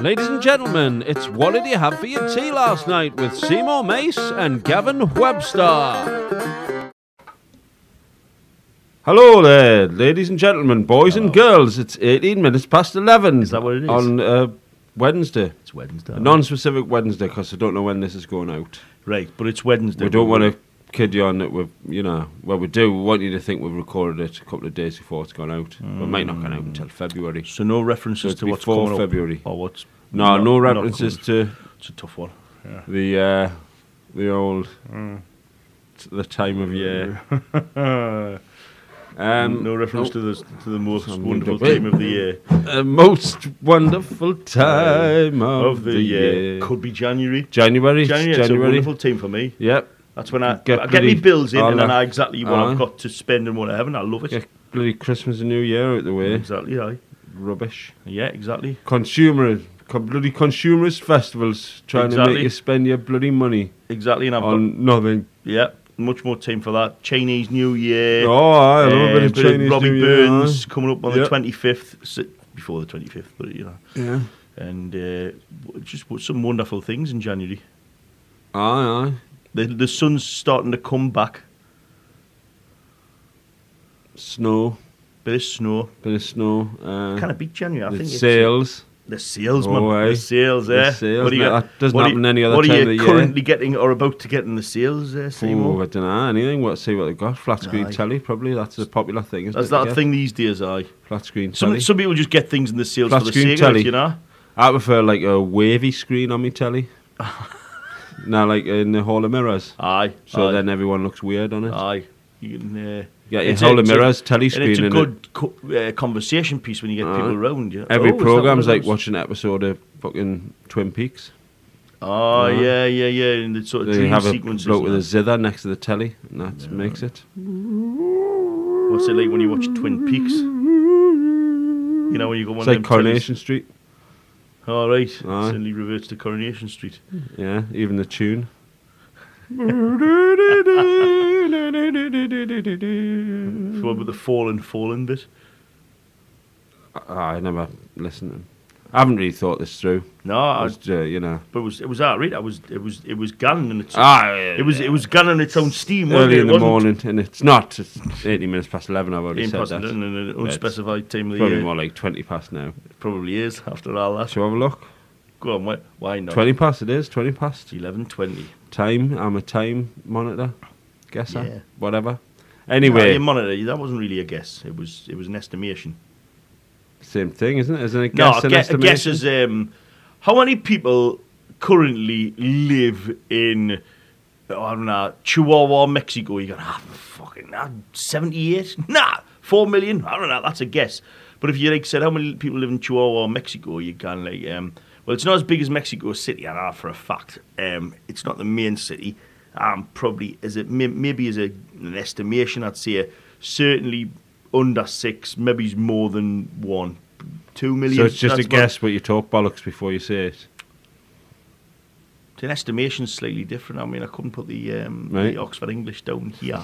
Ladies and gentlemen, it's What Did You Have for Your Tea Last Night with Seymour Mace and Gavin Webster. Hello there, ladies and gentlemen, boys and girls. It's 18 minutes past 11. Is that what it is? On uh, Wednesday. It's Wednesday. A non specific Wednesday because I don't know when this is going out. right, but it's Wednesday. we don't want to kid you on that we've, you know, well, we do. We want you to think we've recorded it a couple of days before it's gone out. But it might not go out until February. So no references So to what's before going up February. or what's. No, not- no not references coming. to It's a tough one. Yeah. the uh, the old Mm. t- the time of year. Um, no reference to the to the most Some wonderful- wonderful time of the year the most wonderful time of, of the year could be January. January. it's January, it's a January. wonderful time for me. Yep. That's when I Get I get my bloody- bills in and I'll, then uh, I exactly what I'll- I've got to spend and what I haven't. I love it. Get bloody Christmas and New Year out the way. Exactly. Aye. Rubbish. Yeah, exactly. Consumer. co- Bloody consumerist festivals trying to Exactly. make you spend your bloody money Exactly. And I've got on nothing. yeah much more time for that. Chinese New Year. Oh, I love Uh, a bit of Chinese Robbie New Year, huh? Burns coming up on Yeah. the 25th, si- before the 25th, but you know, Yeah. and uh, w- just w- some wonderful things in January. Aye, aye. The, the sun's starting to come back, Snow. bit of snow. Bit of snow. Uh, Kind of beat January, I the think. it's- sales. the sales, man. Oh, aye. the sales, eh? The sales, What are you, mate, that doesn't what are happen you- any other What are time you of the year. currently getting or about to get in the sales, eh, Oh, Seymour? I don't know anything. What see what they've got? Flat screen Aye. telly, probably. That's the popular thing. Isn't That's it, that yeah? thing these days, aye. Flat screen Some, telly. some people just get things in the sales Flat for the screen sake of telly. it, you know? I prefer like a wavy screen on my telly. now, like in the hall of mirrors. Aye. So aye. then everyone looks weird on it. Aye. You can, uh, Yeah, you it's hold a- a it's mirror's telly And it's screen a in good co- uh, conversation piece when you get Aye. people around. You know, Every "Oh, is that program's one of like those?" watching an episode of fucking Twin Peaks. Oh, Aye. yeah, yeah, yeah. And the sort of They dream have a sequences. bloke and with a that. zither next to the telly, and that makes it. What's it like when you watch Twin Peaks? You know, when you go one It's of like them Coronation Street. tellies. All right. Aye. Suddenly reverts to Coronation Street. Yeah, even the tune. What about the fallen, fallen bit? I I never listened to them. I haven't really thought this through. No, I, Just, uh, you know. but it was it was alright. I was it was it was gun and its Ah, it was it was gun on its own steam. wasn't early it? in It the wasn't morning, and it's not. It's 80 minutes past 11, I've already being said passed in that. an it's unspecified time of the Probably year. more like 20 past now. Probably is after all that. Shall we have a look? Go on, why, why not? 20 past it is, 20 past. 11, 20. Time, I'm a time monitor, guesser, Yeah. whatever. Anyway, Anyway, your monitor, that wasn't really a guess. It was it was an estimation. same thing, isn't it? Isn't it No, guess a, and gue- a estimation? guess is um, how many people currently live in, oh, I don't know, Chihuahua, Mexico? You're going, ah, fucking, nah, 78? Nah, 4 million? I don't know, that's a guess. But if you like said how many people live in Chihuahua, Mexico, you can like, um, well, it's not as big as Mexico City, I know for a fact. Um, it's not the main city. Um, probably as it may, maybe as a, an estimation, I'd say certainly under six, maybe more than one, two million. so it's just a That's what- guess, but you talk bollocks before you say it. an estimation's slightly different. I mean, I couldn't put the, um, Right. the Oxford English down here,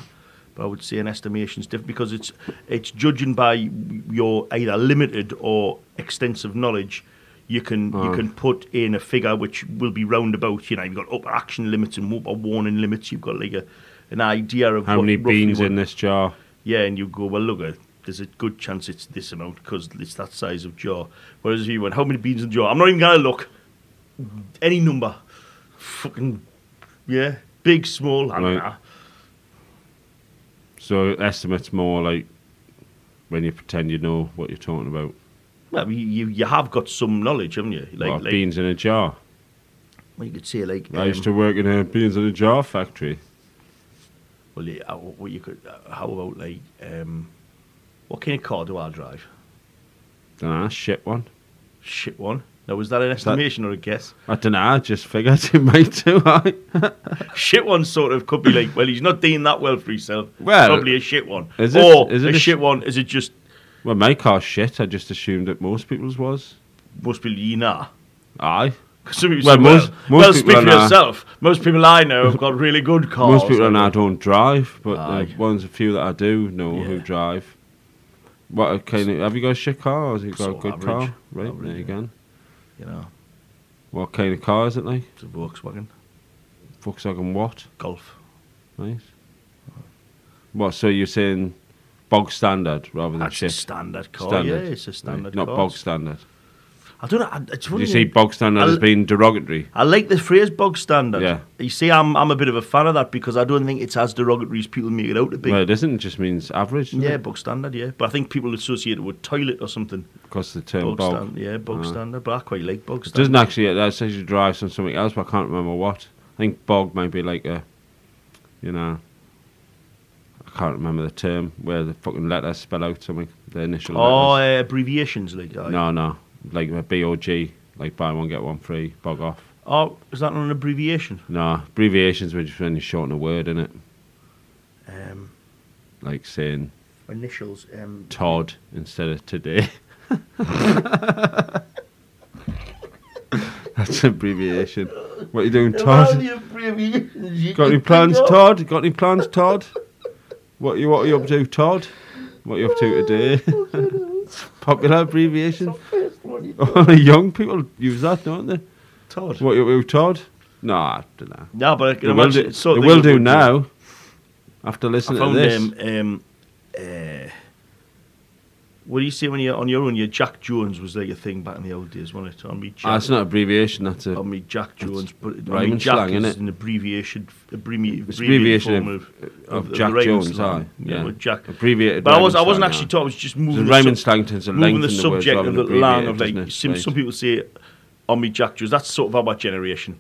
but I would say an estimation's different because it's it's judging by your either limited or extensive knowledge. You can you Ah. can put in a figure which will be roundabout. You know, you've got upper action limits and upper warning limits. You've got like a an idea of How what many roughly beans what- in this jar? yeah, and you go, well, look, uh, there's a good chance it's this amount because it's that size of jar. Whereas if you went, how many beans in the jar? I'm not even going to look. Any number. Fucking, yeah. Big, small, I don't Right. know. So estimates more like when you pretend you know what you're talking about. Well, you, you, you have got some knowledge, haven't you? Like, Like, like beans in a jar. well, you could say, like, I used um, to work in a beans in a jar factory. well, yeah, uh, what you could, uh, how about, like, um, what kind of car do I drive? Dunno, shit one. Shit one. Now, was that an that- estimation or a guess? I dunno, I just figured it might do. I shit one sort of could be like, well, he's not doing that well for himself. Well, probably a shit one. is it- or is it a, a sh- shit one is it just Well my car's shit, I just assumed that most people's was. must be you nah. Aye. 'Cause some people Well, say, most- well, most well, people speak are for nah. yourself. Most people I know have got really good cars. most people now don't drive, but Oh, Aye. the ones a few that I do know who Yeah. drive. What kind of have you got a shit car or has you got Sort a of good average. car? Right, Average, there you yeah. go. You know, What kind of car is it like? It's a Volkswagen Volkswagen what? Golf. Right. What? So you're saying bog standard rather than That's a shit? standard car. Standard. Yeah, it's a standard Not car. bog standard. I don't know. I, it's Do funny. you see bog standard as I'll- being derogatory? I like the phrase bog standard. Yeah. You see, I'm I'm a bit of a fan of that because I don't think it's as derogatory as people make it out to be. Well, it isn't. It just means average. doesn't Yeah, it? bog standard, yeah. But I think people associate it with toilet or something. Because the term Bog, bog. standard, yeah, bog Ah. standard. But I quite like bog It standard. doesn't actually. That actually derives from something else, but I can't remember what. I think bog might be like a, you know. I can't remember the term where the fucking letters spell out something. The initial. Oh, letters. uh, abbreviations like that. no, no, like a B O G, like buy one get one free. Bog off. Oh, is that not an abbreviation? No, abbreviations were just when you shorten a word in it, Um, like saying initials. Um, Todd instead of today. That's an abbreviation. What are you doing, Todd? Got any plans, Todd? Got any plans, Todd? What you what are you up to, Todd? What are you up to today? Popular abbreviation. Only young people use that, don't they? Todd. What you up to, Todd? No, I don't know. No, but I can They will imagine do, it's sort they of will thing do you would now. After I listening to found this, um, um, uh, what do you say when you're on your own? Your Jack Jones was like a thing back in the old days, wasn't it? On me, Jack, Ah, it's not an abbreviation. That's a on Oh, me Jack Jones, but on rhyming me Jack slang, is innit? an abbreviation, abbreviated, It's abbreviation form of- of, of the Jack rhyming Jones. slang. Aye, yeah, with Jack. Abbreviated. But I was I rhyming wasn't slang, actually aye. talking. I was just The moving the, rhyming sub- slang tends to lengthen moving the the words subject rather of the than line of abbreviate, like doesn't some, it? some people say on me Jack Jones. That's sort of our generation.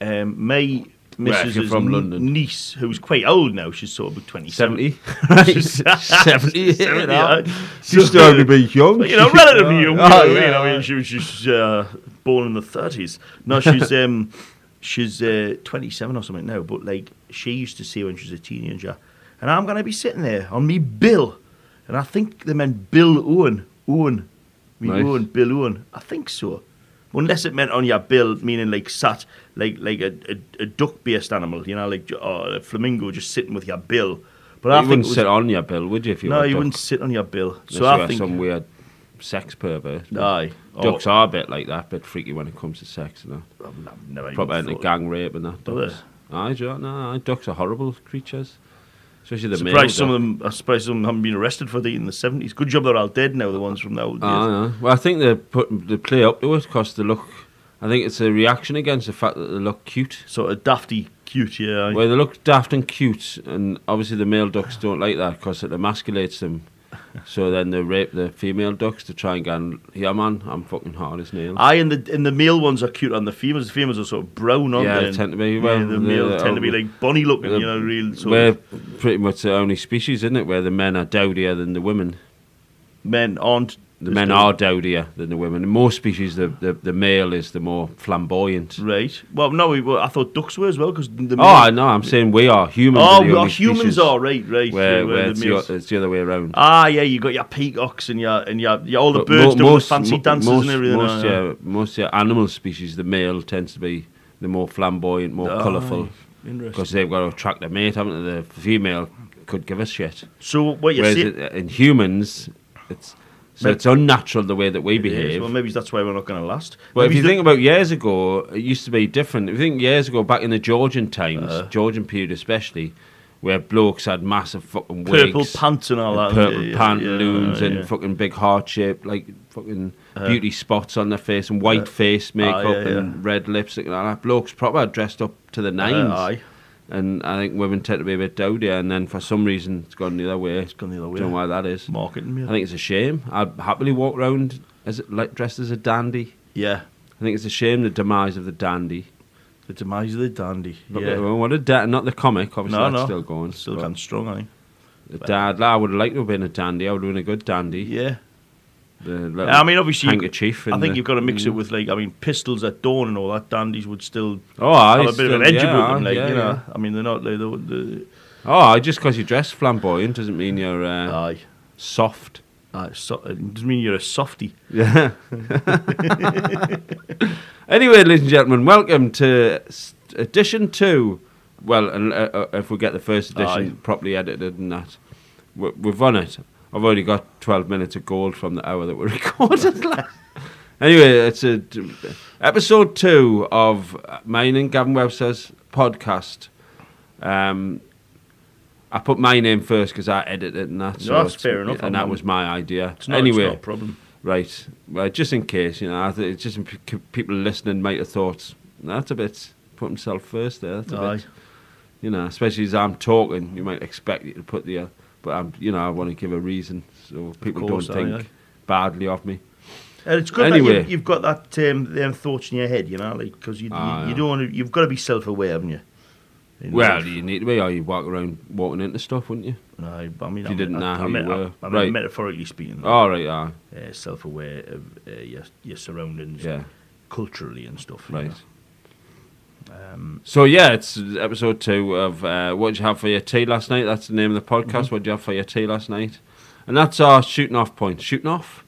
Um, my Well, if missus you're from n- London. niece, who's quite old now. She's sort of about twenty seven. Seventy, right? Seventy, Seventy, yeah. aye. She So- started to be young. But, you know, relatively young. Oh, you know, yeah. I mean, she was she's uh, born in the thirties. No, she's um, she's uh, twenty-seven or something now. But like she used to say when she was a teenager, and I'm gonna be sitting there on me bill, and I think they meant Bill Owen, Owen, me Nice. Owen, Bill Owen. I think so. Unless it meant on your bill, meaning like sat, like like a, a, a duck-based animal, you know, like or a flamingo just sitting with your bill. But I you think wouldn't it was- sit on your bill, would you? If you no, were a you duck? wouldn't sit on your bill. Unless So you I were think some weird sex pervert. aye, or- Ducks are a bit like that, a bit freaky when it comes to sex and that. I've n- I've never Proper even into thought- gang rape and that. Do they? Ducks. Aye, do you know? No, aye, ducks are horrible creatures, especially the male. Surprised some duck. of them. I'm surprised some of them haven't been arrested for that in the seventies. Good job they're all dead now. The ones from the old days. Ah, yeah. Well, I think they put they play up to it because they look. I think it's a reaction against the fact that they look cute. sort of dafty, cute. Yeah, Well, they look daft and cute, and obviously the male ducks don't like that because it emasculates them. So then they rape the female ducks to try and go, yeah, man, I'm fucking hard as nails. I and the and the male ones are cute, and the females. The females are sort of brown, aren't Yeah, they? they tend to be, well, yeah, the male they're- tend to be like bunny looking. they're- you know, real sort We're of pretty much the only species, isn't it, where the men are dowdier than the women. men aren't. The men are dowdier than the women. In most species, the, the, the male is the more flamboyant. right. Well, no, we, well, I thought ducks were as well because the Oh, I know. I'm saying we are humans. oh, the we are only humans species are right, right. Where, yeah, where, where the it's, males- the, it's the other way around. Ah, yeah, you got your peacocks and your and your, your all the But birds mo- doing most- the fancy mo- dances most, and everything. Most, yeah. yeah, most yeah, animal species, the male tends to be the more flamboyant, more Aye, colourful, Interesting. because they've got to attract a mate, haven't they? The female could give a shit. So what you're Whereas saying? it, in humans, it's so Mate- it's unnatural the way that we It is. behave. Well, maybe that's why we're not going to last. Well, if Maybe you the- think about years ago, it used to be different. If you think years ago, back in the Georgian times, Uh. Georgian period especially, where blokes had massive fucking wigs, purple pants and all that, and purple yeah, yeah, pantaloons, yeah, and yeah. fucking big heart shape, like fucking beauty spots on their face, and white face makeup, uh, oh, yeah, yeah. Uh, and red lipstick, and all that. Blokes proper dressed up to the nines, aye. and I think women tend to be a bit dowdier. And then for some reason, it's gone the other way. It's gone the other way. Don't know why that is. marketing, I yeah. think it's a shame. I'd happily walk round as like dressed as a dandy. yeah, I think it's a shame the demise of the dandy. the demise of the dandy. But yeah, well, what a dad, not the comic, obviously no, that's no, still going. still but going strong. I think. The dad, I would have liked to have been a dandy. I would have been a good dandy. Yeah, The little I mean, obviously, you- handkerchief. I and think the- mm. you've got to mix it with like, I mean, pistols at dawn and all that. Dandies would still Oh, I have a bit of an edge about them, like yeah, you know. yeah. I mean, they're not like the, the Oh, aye, just because you dress flamboyant doesn't mean you're uh, aye. soft. aye so, it doesn't mean you're a softy. Yeah. anyway, ladies and gentlemen, welcome to s- edition two. Well, and, uh, uh, if we get the first edition Aye. properly edited and that, we're, we've on it. I've already got 12 minutes of gold from the hour that we recorded last. Anyway, it's a episode two of mine and Gavin Webster's podcast. Um, I put my name first because I edited it and that. No, that's it's- fair enough, I'm And that not- was my idea. It's not, anyway, it's not a problem. right? Well, just in case, you know, I think it's just in p- people listening might have thought that's a bit put himself first there. That's a bit Aye. you know, especially as I'm talking, you might expect you to put the, uh, but I'm, you know, I want to give a reason so people course, don't think aye, aye. badly of me. And it's good that Anyway. you've, you've got that um, them thoughts in your head, you know, because you, Ah, you, you yeah. don't wanna, you've got to be self-aware, haven't you? In Well, life. you need to be, or you walk around walking into stuff, wouldn't you? no, I mean, if I you didn't mean, know I, who I you mean, were. I, I mean, Right. metaphorically speaking, All right, ah, uh, self-aware of uh, your your surroundings, Yeah. culturally and stuff. you right. know. Um, So yeah, it's episode two of uh, what did you have for your tea last night? That's the name of the podcast. Mm-hmm. What did you have for your tea last night? And that's our shooting off point. Shooting off,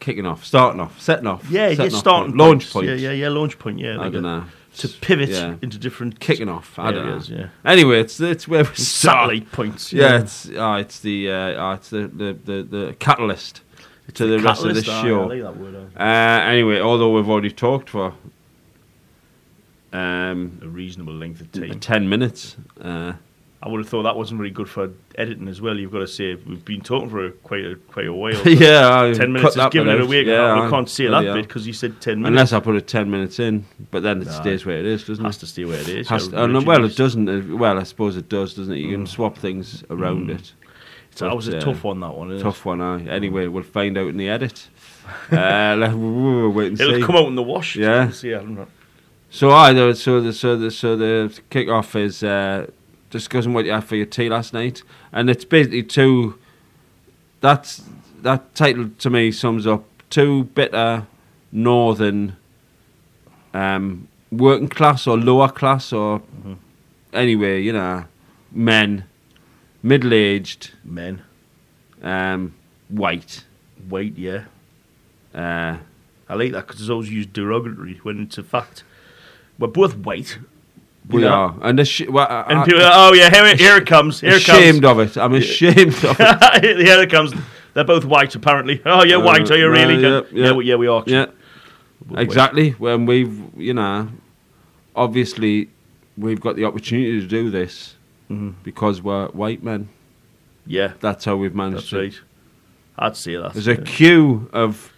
kicking off, starting off, setting off. yeah, setting off yeah, starting point, launch points. point. Yeah, yeah, yeah, launch point. Yeah, I like don't a- know. To pivot Yeah. into different Kicking off. I don't know. areas, yeah. Anyway, it's it's where we start. satellite points. Yeah, it's ah, it's the uh, ah, it's the the, the, the catalyst to the, rest of the Catalyst, aye, I show. like that word, aye. Uh, anyway, although we've already talked for um A reasonable length of time. ten minutes, uh, I would have thought that wasn't very good for editing as well. You've got to say we've been talking for quite a, quite a while. but yeah, I ten minutes is that giving bit it out. away. Yeah, Yeah, I can't say that bloody bit hell. because you said ten minutes. Unless I put a ten minutes in, but then it Nah. stays where it is, doesn't has it? to stay Mm. where it is. Has yeah, to- oh, no, originally. well, it doesn't. uh, Well, I suppose it does, doesn't it? You can swap things around Mm. it. So that was a but, uh, tough one. That one. isn't it? Tough one, Mm. aye. Anyway, we'll find out in the edit. uh, let- we'll wait and see. It'll come out in the wash. Yeah. See, I don't know. So either so the so the so the kickoff is uh, discussing what you had for your tea last night, and it's basically two. That's that title to me sums up two bitter northern um, working class or lower class or Mm-hmm. anyway you know men middle aged Men, um, white wait, yeah. uh, I like that because it's always used derogatory when it's a fact. We're both white. we Yeah. are and the sh- well, I- And I- people, are, oh yeah, here it, here it comes, here it ashamed of it comes, I'm ashamed of it here it comes. They're both white apparently. Oh, you're Uh, white. Are you no, really? yeah, yeah, yeah. we, yeah, we are. actually. yeah. We're white. Exactly. When we've, you know, obviously we've got the opportunity to do this Mhm. because we're white men. Yeah, That's how we've managed that's it. right. I'd say that. There's a queue of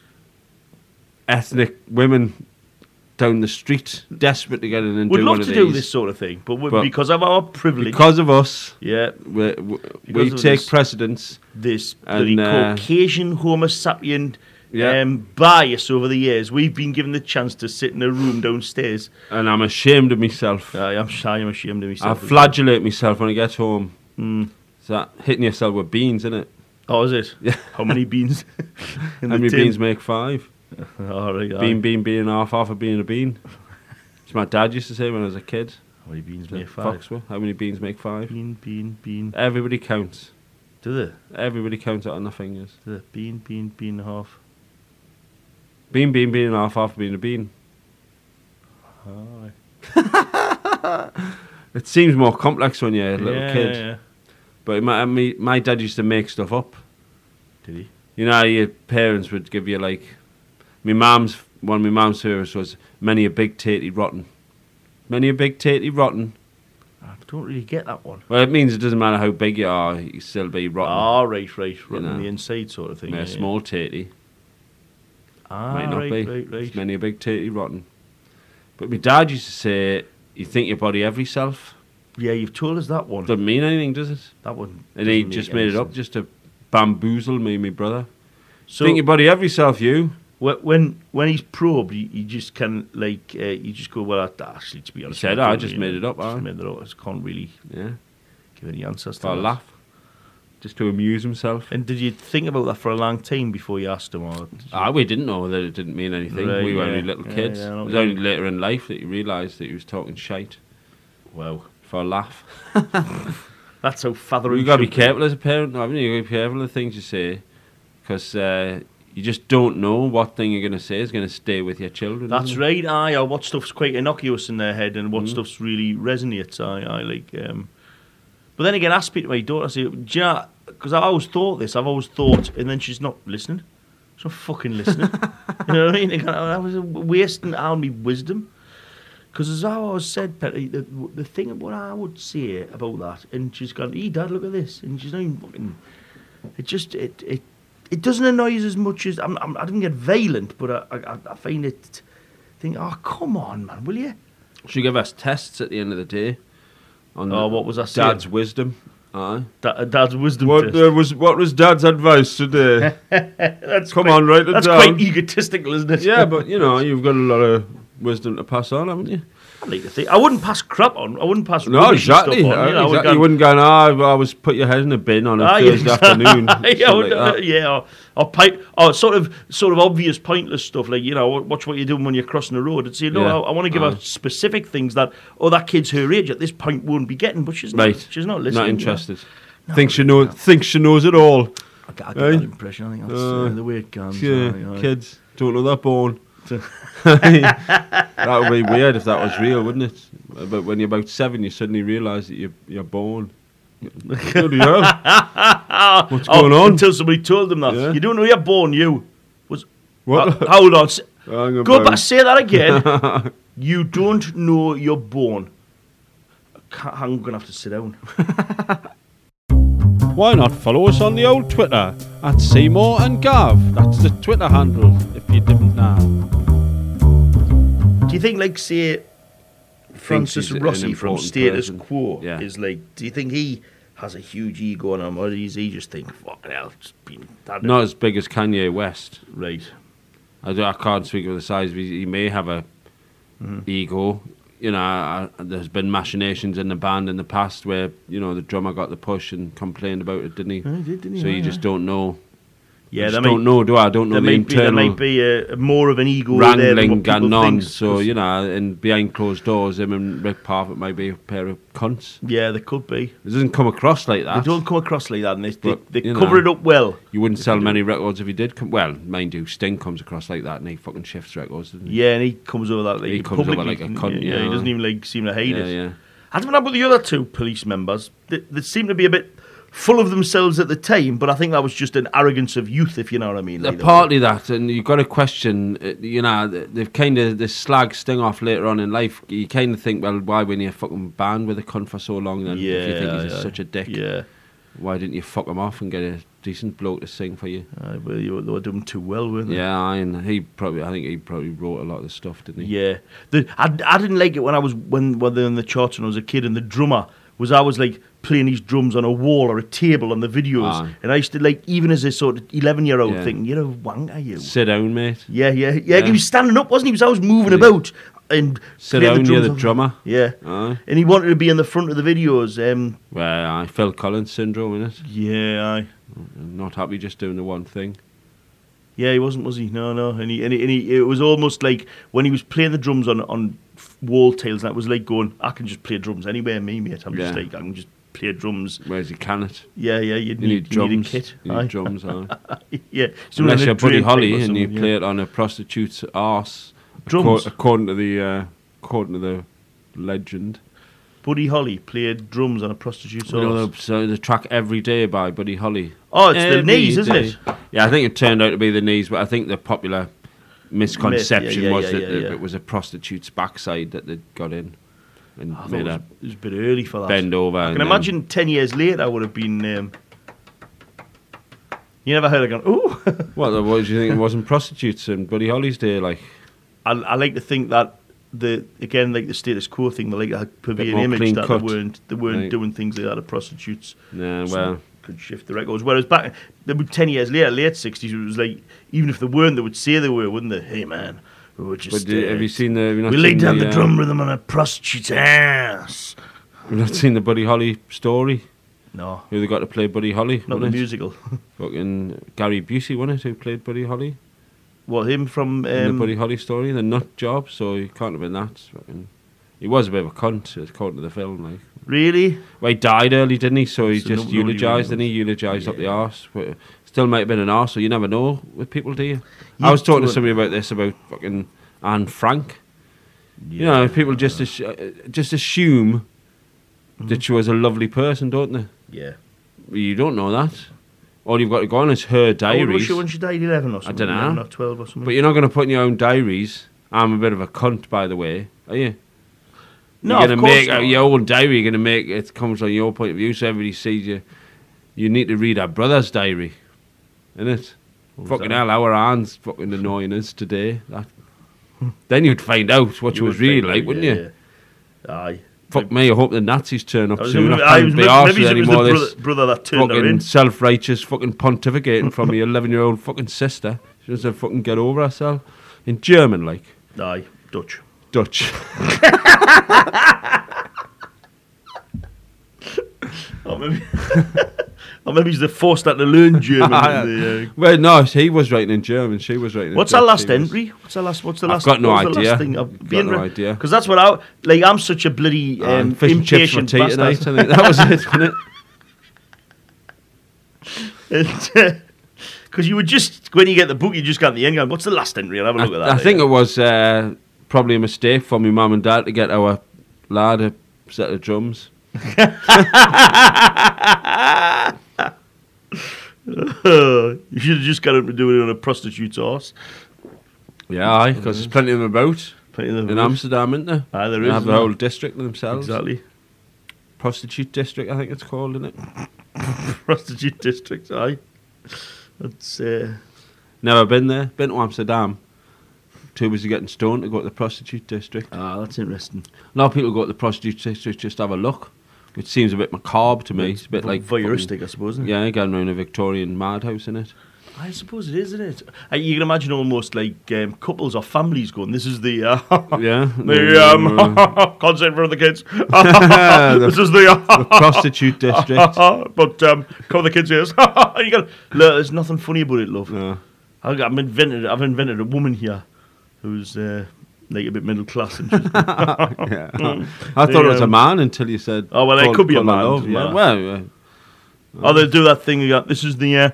ethnic women down the street desperate to get in and We'd do love one to of do these. this sort of thing, but, we, But- because of our privilege, Because of us, yeah, we, we, we Because of take this. precedence. this bloody And, uh, Caucasian Homo sapien Yeah. um, bias over the years, we've been given the chance to sit in a room downstairs. And I'm ashamed of myself. I am shy. I'm ashamed of I myself. flagellate myself when I get home. Mm. It's that hitting yourself with beans, isn't it? Oh, is it? Yeah. How many beans? in How the many tin? beans make five? All right. aye. Bean, bean, bean, half, half a bean, a bean. It's my dad used to say when I was a kid. How many beans at make five? Foxworth, How many beans make five? Bean, bean, bean. Everybody counts. Do the Everybody counts it on their fingers. do the bean, bean, bean half. Bean, bean, bean, half, half a bean, a bean. Aye. It seems more complex when you're a little Yeah, kid. yeah, yeah. But my, my, my dad used to make stuff up. Did he? You know, how your parents would give you like. My mum's one of my mum's favorites was many a big tatty rotten. Many a big tatty rotten. I don't really get that one. Well, it means it doesn't matter how big you are, you still be rotten. Ah, right, right, right know. on the inside sort of thing. Yeah, yeah, yeah. small tatty. Ah, Might not right, be. Right, right. It's many a big titty rotten. But my dad used to say, "You think your body every self Yeah, you've told us that one. doesn't mean anything, does it?" that one. And he doesn't just make made any it up sense. just to bamboozle me, and my brother. So think your body every self, you. wh- when when he's probed, you, you just can like uh, you just go well. I, actually, to be honest, said, I "Ah, I don't just really made it know. up, Just aye." made it up. I just can't really Yeah, give any answers to for a that. laugh, just to amuse himself. And did you think about that for a long time before you asked him? Or did you- Ah, we didn't know that it didn't mean anything. Right, we were yeah. only little Yeah, kids. yeah, I it don't was only later in life that you realised that he was talking shite Wow, for a laugh. that's how fathering. You've got to be should careful as a parent, haven't you? You've got to be careful of the things you say because uh, you just don't know what thing you're going to say is going to stay with your children. That's isn't it? right, aye, or what stuff's quite innocuous in their head and what stuff's really resonates, aye, aye, like, um, but then again, I speak to my daughter, I say, do you know, because I've always thought this, I've always thought, and then she's not listening, It's not fucking listening. you know what I mean? They kinda- That was a wasting on me wisdom. Because as I always said, Petty, the, the thing what I would say about that, and she's gone, "Hey, Dad, look at this," and she's not even fucking. It just it it it doesn't annoy us as much as I'm, I'm, I didn't get violent, but I I, I find it. Think, oh come on, man, will you? She gave us tests at the end of the day. On Oh, what was I saying? Dad's wisdom. Aye. Da- Dad's wisdom What test. uh, was what was Dad's advice today? that's Come quite, on, write it That's down. quite egotistical, isn't it? yeah, but you know you've got a lot of wisdom to pass on, haven't you? I like to think. I wouldn't pass crap on. I wouldn't pass. No, rubbish and exactly. Uh, Stuff on, you know, exactly. I would've You gone, wouldn't go. No, I always put your head in a bin on a "Ah, yeah, Thursday afternoon. something yeah, I like would, uh, that. yeah, or, or pipe, or sort of, sort of obvious, pointless stuff like you know, watch what you're doing when you're crossing the road. And say, no, Yeah. Uh-huh. I, I want to give Aye. out specific things that, oh, that kid's her age at this point won't be getting, but she's Right. not, she's not listening. Not you know. interested. Thinks she knows. Thinks she knows it all. I get, I get Aye. that impression. I think that's uh, Uh, the way it comes. Yeah, aye, aye. kids don't know that born. that would be weird if that was real, wouldn't it? But when you're about seven, you suddenly realise that you're you're born. Bloody hell. What's Oh, going on? Until somebody told them that Yeah. you don't know you're born. You was What? Uh, hold on. s- Hang Go about. back. Say that again. you don't know you're born. I can't- I'm gonna have to sit down. Why not follow us on the old Twitter at Seymour and Gav? That's the Twitter handle. If you didn't know. Do you think, like, say, Francis he's an Rossi from important Status person. Quo Yeah. is like? Do you think he has a huge ego on him, or does he just think, "Fucking hell, it's been that Not as big as Kanye West. right"? I, don't- I can't speak of the size. Of his, he may have a ego. You know, I, I- there's been machinations in the band in the past where you know the drummer got the push and complained about it, didn't he? he did, didn't he? so you Aye, just don't know. You Yeah, just there don't might, know. Do I? I don't know there the might be there internal might be a, more of an ego there than wrangling what people going on. think, So 'cause- you know, and behind closed doors, him and Rick Parfitt might be a pair of cunts. yeah, there could be. It doesn't come across like They that. don't come across like that, and they, they, But, they you cover know. it up well. You wouldn't sell many records if he did. Come, well, mind you, Sting comes across like that, and he fucking shifts records. Doesn't he? Yeah, and he comes over that like He comes over publicly. like a cunt, Yeah, he yeah. doesn't even like seem to hate yeah, it. yeah. I don't know about the other two police members. They, they seem to be a bit full of themselves at the time, but I think that was just an arrogance of youth, if you know what I mean. They're like, they partly that, and you've got to question. uh, You know, th- they've kind of this slag sting off later on in life. You kind of think, well, why when you fucking banned with a con for so long? were- Then yeah, if you think he's aye, aye. such a dick, Yeah, why didn't you fuck him off and get a decent bloke to sing for you? Aye, Uh, well, you, they were doing too well, weren't they? Yeah, I, and he probably, I think he probably wrote a lot of the stuff, didn't he? Yeah, the, I, I didn't like it when I was when when they were in the charts when I was a kid, and the drummer was always like playing his drums on a wall or a table on the videos, Aye. and I used to like even as a sort of eleven year old Ah. Yeah. thinking, you're a wanker, you. Sit down, mate. Yeah, yeah, yeah, Yeah. He was standing up, wasn't he? He was always moving about and Sit playing down, the you're drums the off- drummer. Yeah, Aye. and he wanted to be in the front of the videos. Um, Well, I Phil Collins syndrome, innit? yeah, aye. Not happy just doing the one thing. yeah, he wasn't, was he? No, no. And he, and he, and he, it was almost like when he was playing the drums on on f- wall tiles, and that was like going, I can just play drums anywhere, me mate. I'm just Yeah. like, I can just play drums. Whereas he can it. Yeah, yeah. You'd You need need, you need drums. a kit. You aye. need drums, aye. yeah. Unless you're Buddy Holly and you yeah. play it on a prostitute's arse, Drums. acco- according to the uh, according to the legend. Buddy Holly played drums on a prostitute's You know arse. the, so the track "Every Day" by Buddy Holly. Oh, it's the Every knees, isn't day. it? Yeah, I think it turned out to be the knees, but I think the popular misconception yeah, was yeah, that yeah, it- yeah. it was a prostitute's backside that they got in and I thought it made Oh, was, her it was a bit early for that. bend over. I and can then- imagine ten years later I would have been. Um, you never heard of going. Ooh, What, the- what do you think? It wasn't prostitutes in Buddy Holly's day, like I, I like to think that the again like the status quo thing, they like a pervading more image clean that cut. they weren't they weren't Right. doing things like that. The prostitutes nah, so well, could shift the records. Whereas back they were ten years later, late sixties, it was like even if they weren't, they would say they were, wouldn't they? Hey man, we were just. but do- uh, have you seen the? have you not we laid seen down the, uh, drum rhythm on a prostitute's ass. Have you not seen the Buddy Holly story? No, Who they got to play Buddy Holly? not wasn't the it? musical. Fucking Gary Busey, wasn't it, who played Buddy Holly? well, him from in the um, Buddy Holly story, the nut job, so he can't have been that. Fucking- He was a bit of a cunt, according to the film. Like, really. well, he died early, didn't he? So he So just no- nobody eulogised, really and he eulogised up Yeah. the arse. But still might have been an arse, so you never know with people, do you? I You was talking to don't. somebody about this about fucking Anne Frank. You know, people just assu- uh, just assume Mm-hmm. that she was a lovely person, don't they? Yeah. You don't know that. all you've got to go on is her How old was diaries. she when she died? 11 or something? dunno. 11 or 12 or something. But you're not going to put in your own diaries. I'm a bit of a cunt, by the way. Are you? no, you're going of to course make not. out your own diary. You're going to make it comes from your point of view, so everybody sees you. You need to read our brother's diary, innit? was Fucking that? hell, our aunt's fucking annoying us today. That. Hmm. then you'd find out what you, would was really think, like, wouldn't yeah, you? yeah. Aye. Fuck me, I hope the Nazis turn up I was soon. gonna- I I can't was- be maybe arsed it was with the any more of brother, this brother that turned her fucking in. self-righteous fucking pontificating from my 11-year-old fucking sister. She doesn't fucking get over herself. In German, like. Aye, Dutch. Dutch. Or Oh, maybe, or maybe he's the forced that to learn German. in the, uh, Ah, well, no, he was writing in German. She was writing. What's in our Dutch, last he was- entry? What's our last? What's the I've last? got no what's The idea. last thing? Got no idea. Because that's what I like. I'm such a bloody um, And fish and chips for impatient tea tonight. bastard. I think that was it, wasn't it? Because you would just when you get the book, you just got the end going. What's the last entry? And have a look at that. I, I think yeah. it was uh, probably a mistake for my mum and dad to get our lad a set of drums. you should have just got him to do it on a prostitute's horse. Yeah, aye, because there's plenty of them about Put it in the in Amsterdam, isn't there? Aye, there They is, have isn't the whole there? district to themselves. exactly Prostitute district, I think it's called, isn't it? prostitute district. Aye, that's uh, Never been there. Been to Amsterdam. Too busy getting stoned to go to the prostitute district. ah, that's interesting. A lot of people go to the prostitute district just to have a look, which seems a bit macabre to me. It's a bit like voyeuristic, I suppose. Isn't fucking- it? yeah, going around a Victorian madhouse in it. I suppose it is, isn't it? Uh, you can imagine almost like um, couples or families going, "This is the uh, Yeah. uh, the um, consent for the kids. this is the, the prostitute district. but um, cover the kids' ears. you got look. There's nothing funny about it, love. No. I got- I've invented. I've invented a woman here who's uh, like a bit middle class. And she's, Yeah. I thought it was a um, man until you said. Oh, well, it call- could be a call man, love. doesn't Yeah. matter. Well, uh, oh, they do that thing. You got this is the. Uh,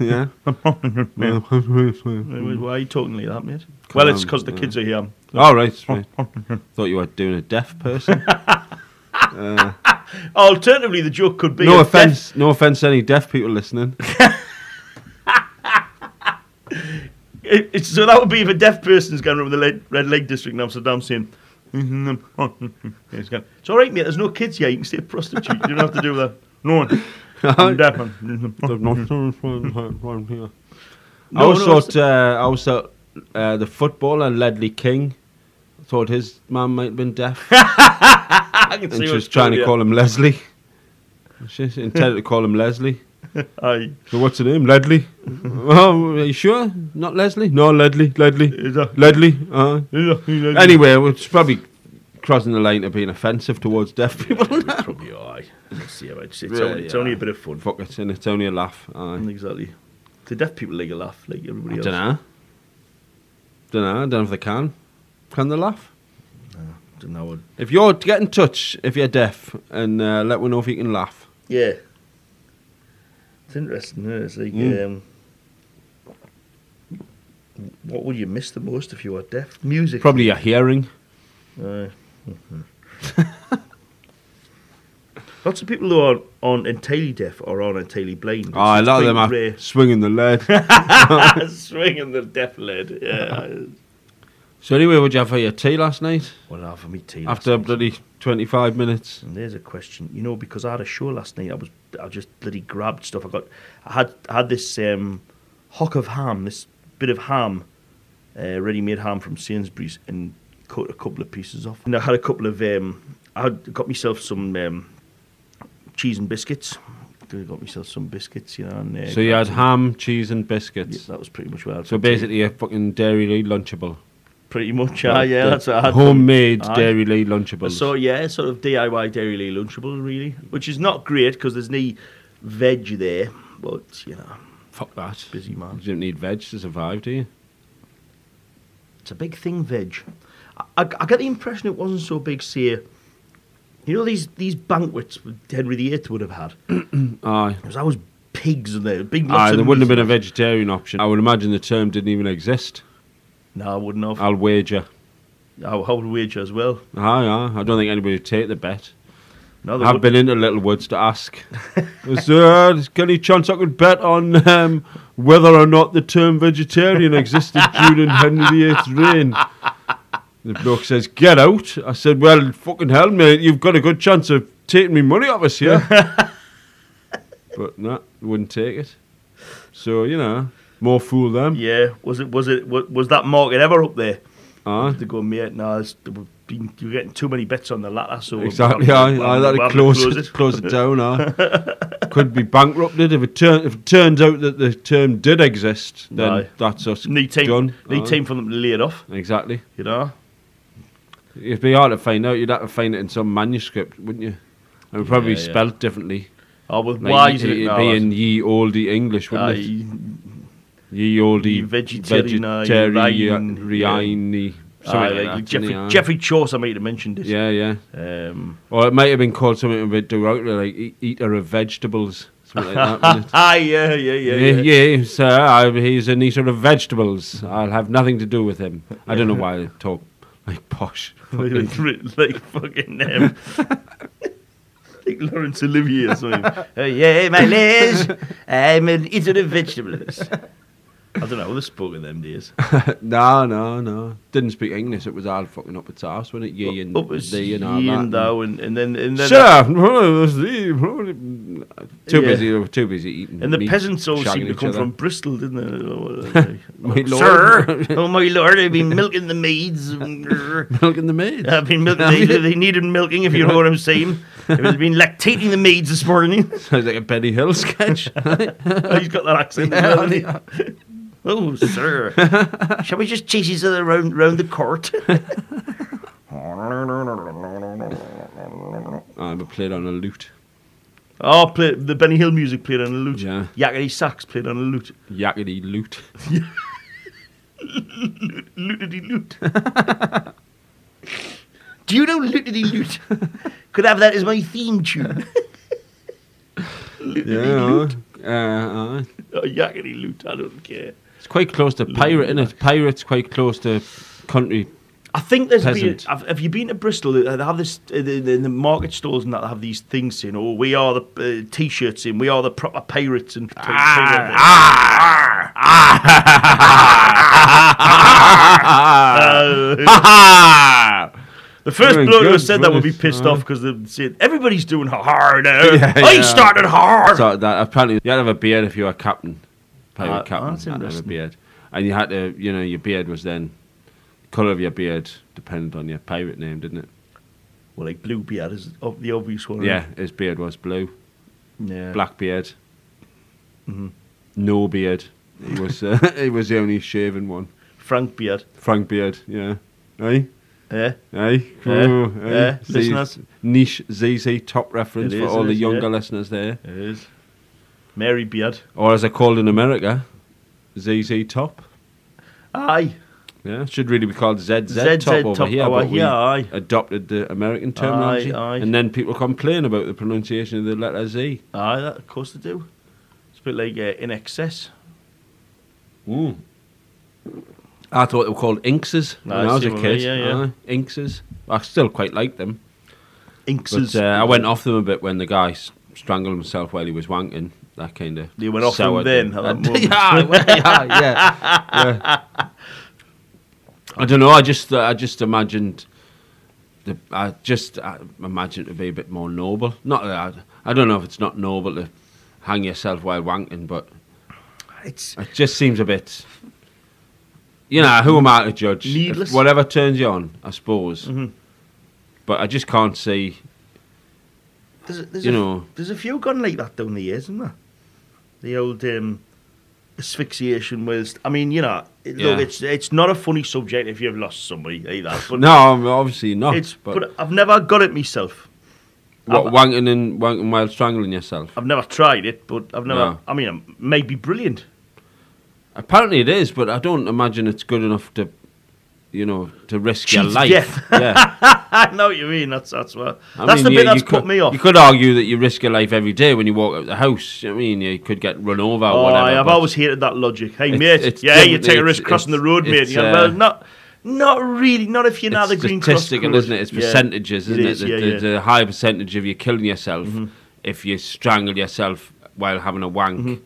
yeah. why are you talking like that, mate? well, it's on, because the yeah. kids are here. All right. right. Thought you were doing a deaf person. Alternatively, the joke could be no a offense. No offense to any deaf people listening. It, it's, so that would be if a deaf person's going around the le- Red Lake District in Amsterdam saying, He's going, it's all right, mate, there's no kids here, you can stay a prostitute, you don't have to do that. No one. I'm deaf. man." They've not done it from- from- from here. I No, also no, it's- thought, uh, I also thought uh, the footballer Ledley King thought his man might have been deaf, I can and see she what was trying to you're call him Leslie. She intended to call him Leslie. Aye. So what's her name? Ledley. oh, are you sure? Not Leslie? No, Ledley. Ledley. Is that- Ledley. Uh, is that- is that- anyway, it's probably crossing the line of being offensive towards deaf people. It's probably alright. Let's see how it's, it's, Yeah, only, it's yeah. only a bit of fun. Fuck it, and it's only a laugh. Aye. Exactly. The deaf people like a laugh, like everybody I else. don't know. Don't know. I don't know if they can. Can they laugh? Don't know what- If you're get in touch, if you're deaf, and uh, let one know if you can laugh. Yeah. It's interesting, isn't it? It's like, Mm. um, what would you miss the most if you were deaf? Music. Probably your hearing. Aye. Mm-hmm. Lots of people who are on entirely deaf or on entirely blind. It's- Ah, a it's lot of quite them are rare. swinging the lead. swinging the deaf lid. Yeah. so anyway, would you have for your tea last night? well, now for me tea. last After night. bloody twenty-five minutes. And there's a question. You know, because I had a show last night, I was I just bloody grabbed stuff. I got I had I had this um, hock of ham, this bit of ham, uh, ready-made ham from Sainsbury's, and cut a couple of pieces off. And I had a couple of um, I had, got myself some um, cheese and biscuits. Got myself some biscuits, you know. And, uh, so you had grabbed ham, cheese, and some- biscuits. yeah, that was pretty much what I had. So for tea. basically, a fucking Dairy Lee lunchable. pretty much, ah, yeah, that's what I had. for- Homemade Aye. Dairy Lee lunchables. So yeah, sort of DIY Dairy Lee Lunchable, really, which is not great because there's no veg there, but you know, fuck that. You busy man. don't need veg to survive, do you? It's a big thing, veg. I, I, I get the impression it wasn't so big. Say, you know these these banquets Henry VIII would have had. It Aye. was always pigs and there big lots Aye, of there wouldn't have meat. been a vegetarian option. I would imagine the term didn't even exist. No, I wouldn't have. I'll wager. I, I would wager as well. Aye, aye. I don't think anybody would take the bet. No, they I've would- been into Littlewoods to ask. Is there any chance I could bet on um, whether or not the term vegetarian existed during Henry VIII's reign? The bloke says, "Get out!" I said, "Well, fucking hell, mate, you've got a good chance of taking me money off us here." but no, they wouldn't take it. So you know, more fool them. Yeah, was it was it was, was that market ever up there? Aye. To go, mate, nah, it's, we've been, you're getting too many bets on the latter, so we'll- Exactly. we'll- I, we'll- I we'll that'd have to close, it, close it down. I could be bankrupted if it turn, if it turns out that the term did exist. Then Aye. that's us Need time, done. need Aye. time for them to lay it off, Exactly. you know. It'd be hard to find out. You'd have to find it in some manuscript, wouldn't you? And it would probably be Yeah, yeah. spelled differently. Oh, well, Like, why is it it'd now? be in ye olde English, Ah, wouldn't it? you- Ye olde vegetarian, aye, vegetarian, ryan, ryan, ah, something yeah, like that. Jeffrey, innit, aye? Jeffrey Chaucer might have mentioned this. Yeah, yeah. Um, Or it might have been called something a bit derogatory, like e- eater of vegetables, something like that. wouldn't it? ah, yeah, yeah, yeah, Yeah, yeah. yeah, sir. I, he's an eater of vegetables. I'll have nothing to do with him. I don't know why they talk like posh. like, like fucking um, like Laurence Olivier or something. uh, yeah, my lads, I'm an eater of vegetables. I don't know. They spoke in them days. no, no, no. Didn't speak English. It was all fucking up its ass, wasn't it? Ye and Up was thee and all ye and that. thou, and, and then and then. Sir, oh, too Yeah. busy, they were too busy eating. and the meat, peasants all shagging seemed to each come other. from Bristol, didn't they? My Oh, lord. Sir, oh my lord, I've been milking the maids. I've milk and the maids. been milking. They, they needed milking, if you know what I'm saying. I've been lactating the maids this morning. Sounds like a Benny Hill sketch. Oh, he's got that accent as well, hasn't he? Oh, sir. Shall we just chase each other round, round the court? I played on a lute. oh, play, the Benny Hill music played on a lute. Yeah. Yakety sax played on a lute. Yakety lute. Lutity lute. Do you know Lutity lute? Could have that as my theme tune. Lutity Yeah. lute. Uh, aye. Oh, yakety lute, I don't care. It's quite close to pirate, isn't it? Pirate's quite close to country. I think there's been. Peasant. Have, have you been to Bristol? They have this uh, the- the- in the market stores and that. They have these things saying, "Oh, we are the uh, t-shirts and we are the proper pirates." And Ah, ah. the first Doing bloke who good, said that would be British, pissed aye. off because they said everybody's doing hard. now. Yeah, I yeah. started hard. so that apparently you had to have a beard if you were a captain, pirate Ah, captain. that's you had to have a interesting. beard, and you had to, you know, your beard was then the color of your beard depended on your pirate name, didn't it? well, like Bluebeard is ob- the obvious one. Yeah, his beard was blue. yeah. Mm-hmm. Black beard, no beard. He was uh, he was the only shaven one. Frank Beard. Frank beard, yeah. Aye. Yeah. Hey, Yeah, cool. eh? yeah, See, listeners. Niche ZZ top reference It for is, all it the is, younger yeah. listeners there. It is. Mary Beard. Or as they're called in America, ZZ top. Aye. Yeah, it should really be called ZZ, ZZ top over top here, over but we here, aye. adopted the American terminology. aye. And then people complain about the pronunciation of the letter Z. Aye, that, of course they do. It's a bit like uh, in excess. Hmm. Mm. I thought they were called Inkses when Ah, I was a similar, kid. yeah, yeah. Aye, Inkses. I still quite like them. Inkses. But uh, I went off them a bit when the guy s- strangled himself while he was wanking. That kind of. You went off them soured then, me. at that yeah, I went- yeah, yeah, yeah. I don't know. I just, uh, I just imagined. The, I just I imagined to be a bit more noble. Not, that I, I don't know if it's not noble to hang yourself while wanking, but It's it just seems a bit. You know, who am I to judge? If Needless. Mm-hmm. whatever turns you on, I suppose. But I just can't see. there's, a- there's You a, know. there's a few gone like that down the years, isn't there? The old um, asphyxiation was. I mean, you know, it, Yeah. look, it's it's not a funny subject if you've lost somebody like that. But No, I'm obviously not. it's but, I've never got it myself. What, I've- wanking and wanking while strangling yourself? I've never tried it, but I've never. No. I mean, it may be brilliant. Apparently it is, but I don't imagine it's good enough to, you know, to risk your Cheat life. death. Yeah, I know what you mean. That's that's what. that's the bit that's could, put me off. You could argue that you risk your life every day when you walk out the house. You know what I mean, you could get run over. or Oh, whatever, I've but always hated that logic. Hey, It's- mate, it's yeah, you different- take a it's- risk crossing the it's- road, mate. it's, Yeah, uh, well, not. Not really. Not if you're not the it's Green Cross statistical, crew. isn't it? It's Yeah. percentages, isn't it? is, the, yeah, Mm-hmm. the, yeah. the high percentage of you killing yourself if you strangle yourself while having a wank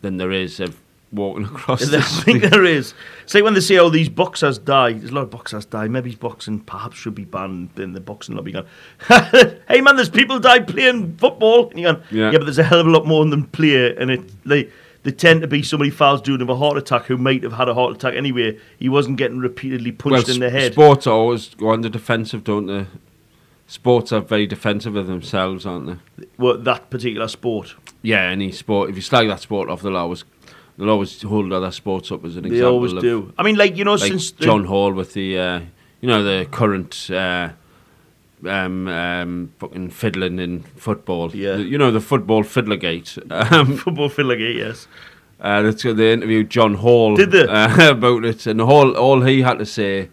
than there is of walking across the I think street. Mm-hmm. there is. It's like when they say, oh, these boxers die. There's a lot of boxers die. Maybe boxing perhaps should be banned. Then the boxing lobby gone, hey, man, there's people die playing football. And you're going, yeah. Yeah. but there's a hell of a lot more than play. And it, they, they tend to be somebody fouls doing of a heart attack who might have had a heart attack anyway. He wasn't getting repeatedly punched in the s- head. sports are always go on the defensive, don't they? Sports are very defensive of themselves, aren't they? well, that particular sport. Yeah, any sport. If you slag that sport off, they'll always they'll always hold other sports up as an They example. always of, do. I mean, like, you know, Like since. the- John Hall with the uh, you know the current uh, um, um, fucking fiddling in football. Yeah. The- you know the football fiddlergate. Um, Football fiddler gate, yes. uh, that's good. They interviewed John Hall Did they? Uh, about it, and Hall all he had to say,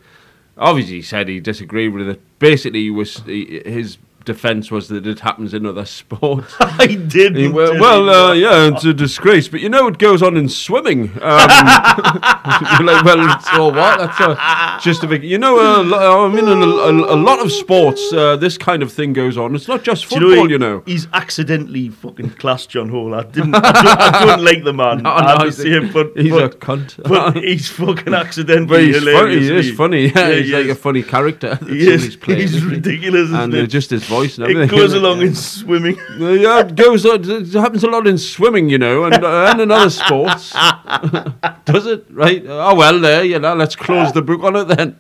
obviously, he said he disagreed with it. Basically, he was he, his defence was that it happens in other sports. I did. He wa- well, uh, yeah, it's a disgrace, but you know it goes on in swimming. Um, you're like, well, so what? That's a justification. You know, uh, lo- I mean, in a, a, a lot of sports, uh, this kind of thing goes on. It's not just Do football, you know. he- He's accidentally fucking classed John Hall. I didn't. I don't, I don't like the man. No, I no, just see him, but he's but, a cunt. but he's fucking accidentally. But he's funny. hilarious, He is isn't funny. Yeah, Yeah, he's he like is. a funny character. That's He all is. he's playing, He's isn't he? ridiculous, isn't And uh, it? just his voice and It everything. goes along in swimming. Yeah, it goes. on- It happens a lot in swimming, you know, and, uh, and in other sports. Does it? Right. Oh well, there. You know, let's close the book on it then.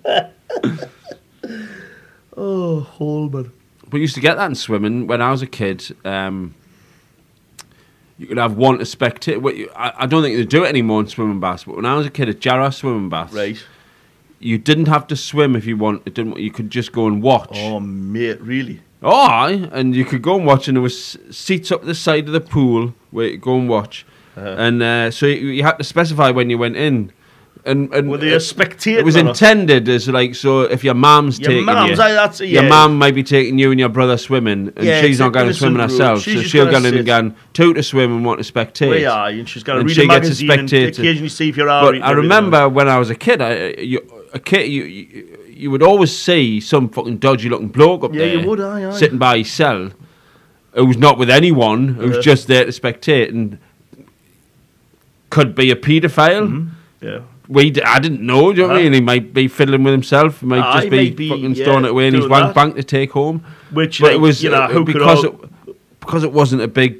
Oh, Holman. We used to get that in swimming when I was a kid. Um, you could have one to spectate. well, you- I, I don't think they do it anymore in swimming baths. But when I was a kid at Jarrah swimming baths, Right. you you didn't have to swim if you wanted. Didn't you? Could just go and watch. Oh, mate, really? Oh, aye, and you could go and watch, and there was s- seats up the side of the pool where you go and watch, Uh-huh. and uh, so you, you had to specify when you went in, and and Were they a it- spectator? it was or not? intended as like so if your mum's Your taking mum's, you, aye, that's- your yeah. mum might be taking you and your brother swimming, and Yeah, she's it's not an going to innocent swim rule. herself, She's so just she'll gonna go in sit. and go two to swim and one to spectate. Well, yeah, and she's got to And read she a gets a magazine and spectator. occasionally see if you're out. But I remember when I was a kid, I, you, a kid, you, you, you would always see some fucking dodgy looking bloke up Yeah, there, you would, aye, aye. sitting by his cell, who was not with anyone, who Yeah. was just there to spectate and could be a paedophile. Yeah. We, d- I didn't know, do you know what I Mm-hmm. Uh-huh. mean? He might be fiddling with himself, might Aye, just be, might be, fucking yeah, storing it away in his doing that. wank bank to take home. Which, But like, it was you know, uh, who could because all- it because it wasn't a big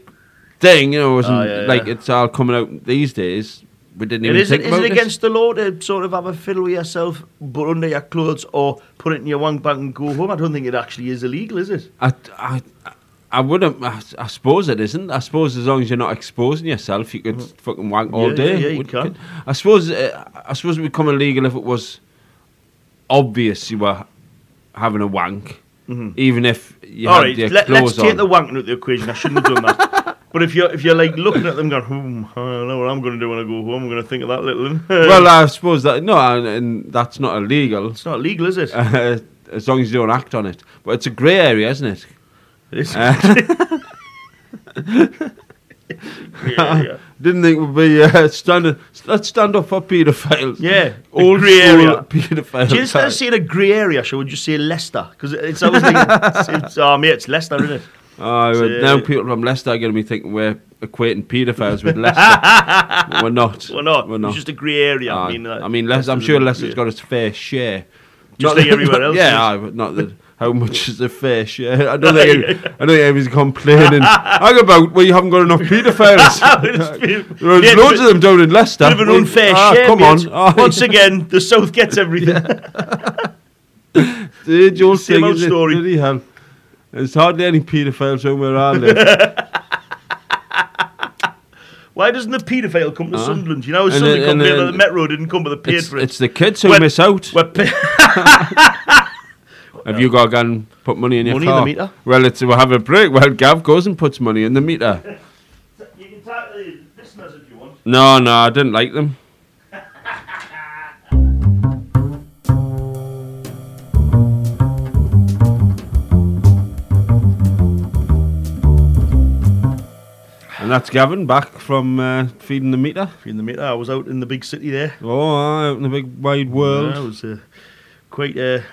thing, you know, it wasn't Ah, yeah, like yeah. it's all coming out these days. We didn't It even is, think it about is it this. against the law to sort of have a fiddle with yourself, but under your clothes, or put it in your wank bag and go home? I don't think it actually is illegal, is it? I, I, I wouldn't. I, I suppose it isn't. I suppose as long as you're not exposing yourself, you could fucking wank all Mm. Yeah, day. yeah, yeah, you Would- can. I suppose. Uh, I suppose it would become illegal if it was obvious you were having a wank, even if you Mm-hmm. All had right, your let, clothes let's take on. the wanking out of the equation. I shouldn't have done that. But if you're if you're like looking at them, going, hmm, I don't know what I'm going to do when I go home. I'm going to think of that little. one." well, I suppose that no, and, and that's not illegal it's not legal, is it? uh, as long as you don't act on it. But it's a grey area, isn't it? It's- uh. yeah, Oh, yeah. I Didn't think we'd be uh, standing. Let's stand up for paedophiles. Yeah, the old grey school area. paedophile Do you instead type. of saying a grey area, should we just say Leicester? Because it's always like, it's, it's, oh, mate, it's Leicester, isn't it? Oh, So, well, yeah, now yeah. people from Leicester are going to be thinking we're equating paedophiles with Leicester. But we're not. Well, not. We're not. Ah, It's just a grey area. Aye. I mean, uh, Leicester, I'm sure Leicester's Leicester's a- got its fair share. Just Not like that- everywhere else, yes. Yeah, aye, but not that. How much is the fair share? I don't think. any- I don't think anyone's complaining. Hang about well, you haven't got enough paedophiles. There are Yeah, loads but- of them down in Leicester. Bit of an We- unfair ah, share. Come mate. on. Aye. Once again, the South gets everything. Did you Same thing old is story. It? Bloody hell. There's hardly any paedophiles around where I live. Why doesn't the paedophile come to Huh? Sunderland? You know, Ah. And Sunderland then- come and here, then- but the Metro didn't come, but they paid it's, for it. it's the kids who Well- miss out. We're pa- Have you got to go and put money in your Money in the car? meter? Well, it's, we'll have a break. Well, Gav goes and puts money in the meter. you can talk to the listeners if you want. No, no, I didn't like them. And that's Gavin back from uh, feeding the meter. In the meter, I was out in the big city there. Oh, aye, out in the big wide I world. was uh, quite a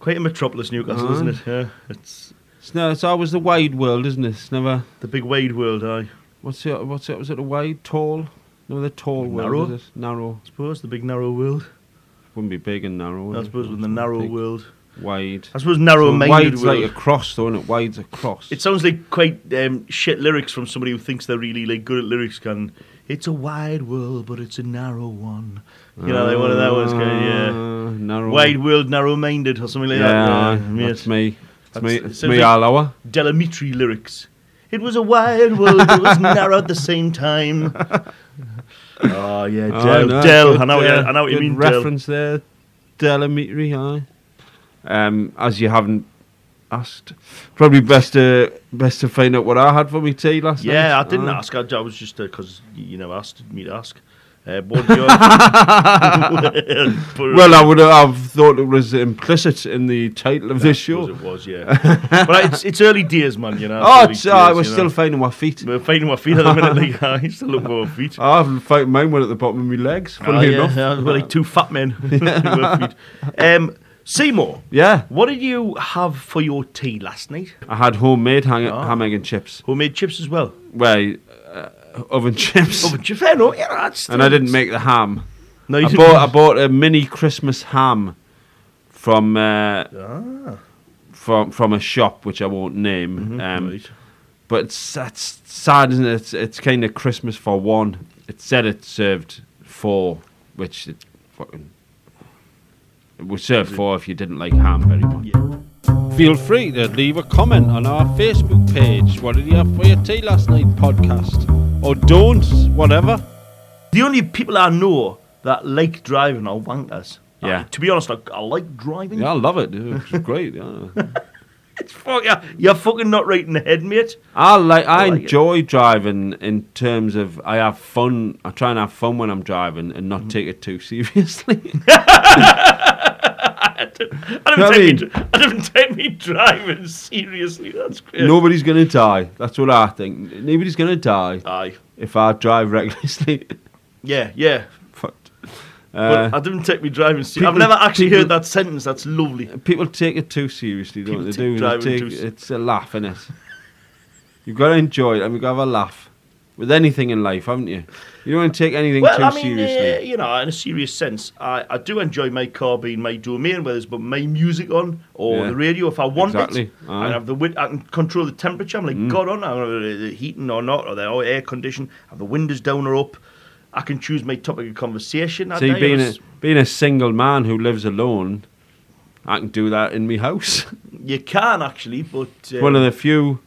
quite a metropolis, Newcastle, isn't Ah. it? Yeah, it's It's, no, it's always the wide world, isn't it? It's never. the big wide world. I What's it? What's it? Was it a wide, tall? No, the tall Narrow? world. Is it? Narrow. suppose the big narrow world. Wouldn't be big and narrow. would I it? suppose with the narrow Big, world. Wide. I suppose narrow-minded Wide's world. like across, though, isn't it? Wide's across. It sounds like quite um, shit lyrics from somebody who thinks they're really like good at lyrics. Can it's a wide world, but it's a narrow one. You know, like one of that ones. Kind of, Ah, yeah, Narrow. wide world, narrow-minded, or something like Yeah, that. Yeah, that's yes. me. It's That's- me. it It's sounds me. like- All hour. Delamitri lyrics. It was a wide world, but it was narrow at the same time. oh yeah, Oh, Del, no, Del. good, I know, what you- uh, I know what you good mean, Del. Reference there, Delamitri. Aye. Um, as you haven't asked, probably best to best to find out what I had for me tea last night. Ah. Yeah, I didn't Aye. ask. I, I was just because you know asked me to ask. Uh, what do you- Well, I would have thought it was implicit in the title of this suppose show. It was, yeah. but it's, it's early days, man, you know. it's Oh, early it's, uh, days, we're you still know. finding my feet. We're fighting my feet at the minute, like, I still look for my feet. I've found mine went at the bottom of my legs. Ah, Oh, Funny yeah, enough, yeah, we're like two fat men. with feet. um, Seymour, yeah, what did you have for your tea last night? I had homemade hang- Ah. ham, egg, and chips. Homemade chips as well. Well, uh, oven chips. Oh, but you fair enough, yeah, that's and I didn't make the ham. No, Oh, you I didn't. bought I bought a mini Christmas ham from uh, Ah, Mm-hmm. from from a shop which I won't name. Um, right. But it's, that's sad, isn't it? It's, it's kind of Christmas for one. It said it served four, which it fucking it would serve four if you didn't like ham very much. Feel free to leave a comment on our Facebook page. What did you have for your tea last night? Podcast or don't, whatever. The only people I know that like driving are wankers. Yeah. Uh, to be honest, I, I like driving. Yeah, I love it. It's great. Yeah. It's fuck, yeah, you're fucking not right in the head, mate. I like I, like it. enjoy driving in terms of I have fun. I try and have fun when I'm driving and not take it too seriously. I I don't, take me, mean- dr- I don't take me driving seriously. That's crazy. Nobody's gonna die. That's what I think. Nobody's gonna die Aye. if I drive recklessly. Yeah, yeah. Fucked. But Uh, I don't take me driving seriously. I've people- never actually people- heard that sentence. That's lovely. people take it too seriously, don't People they? take Do they driving take, too se- it's a laugh, innit? You've got to enjoy it and we've got to have a laugh with anything in life, haven't you? You don't want to take anything Well, too I mean, seriously. uh, you know, in a serious sense, I, I do enjoy my car being my domain, whether it's but my music on or Yeah. the radio if I want Exactly. it. Aye. Mm. I have the win- I can control the temperature. I'm like, God, on, I'm gonna the heating or not, or the or air condition. Have the windows down or up. I can choose my topic of conversation. I See, tell you, being a, it's- being a single man who lives alone, I can do that in my house. you can actually, but uh, one of the few,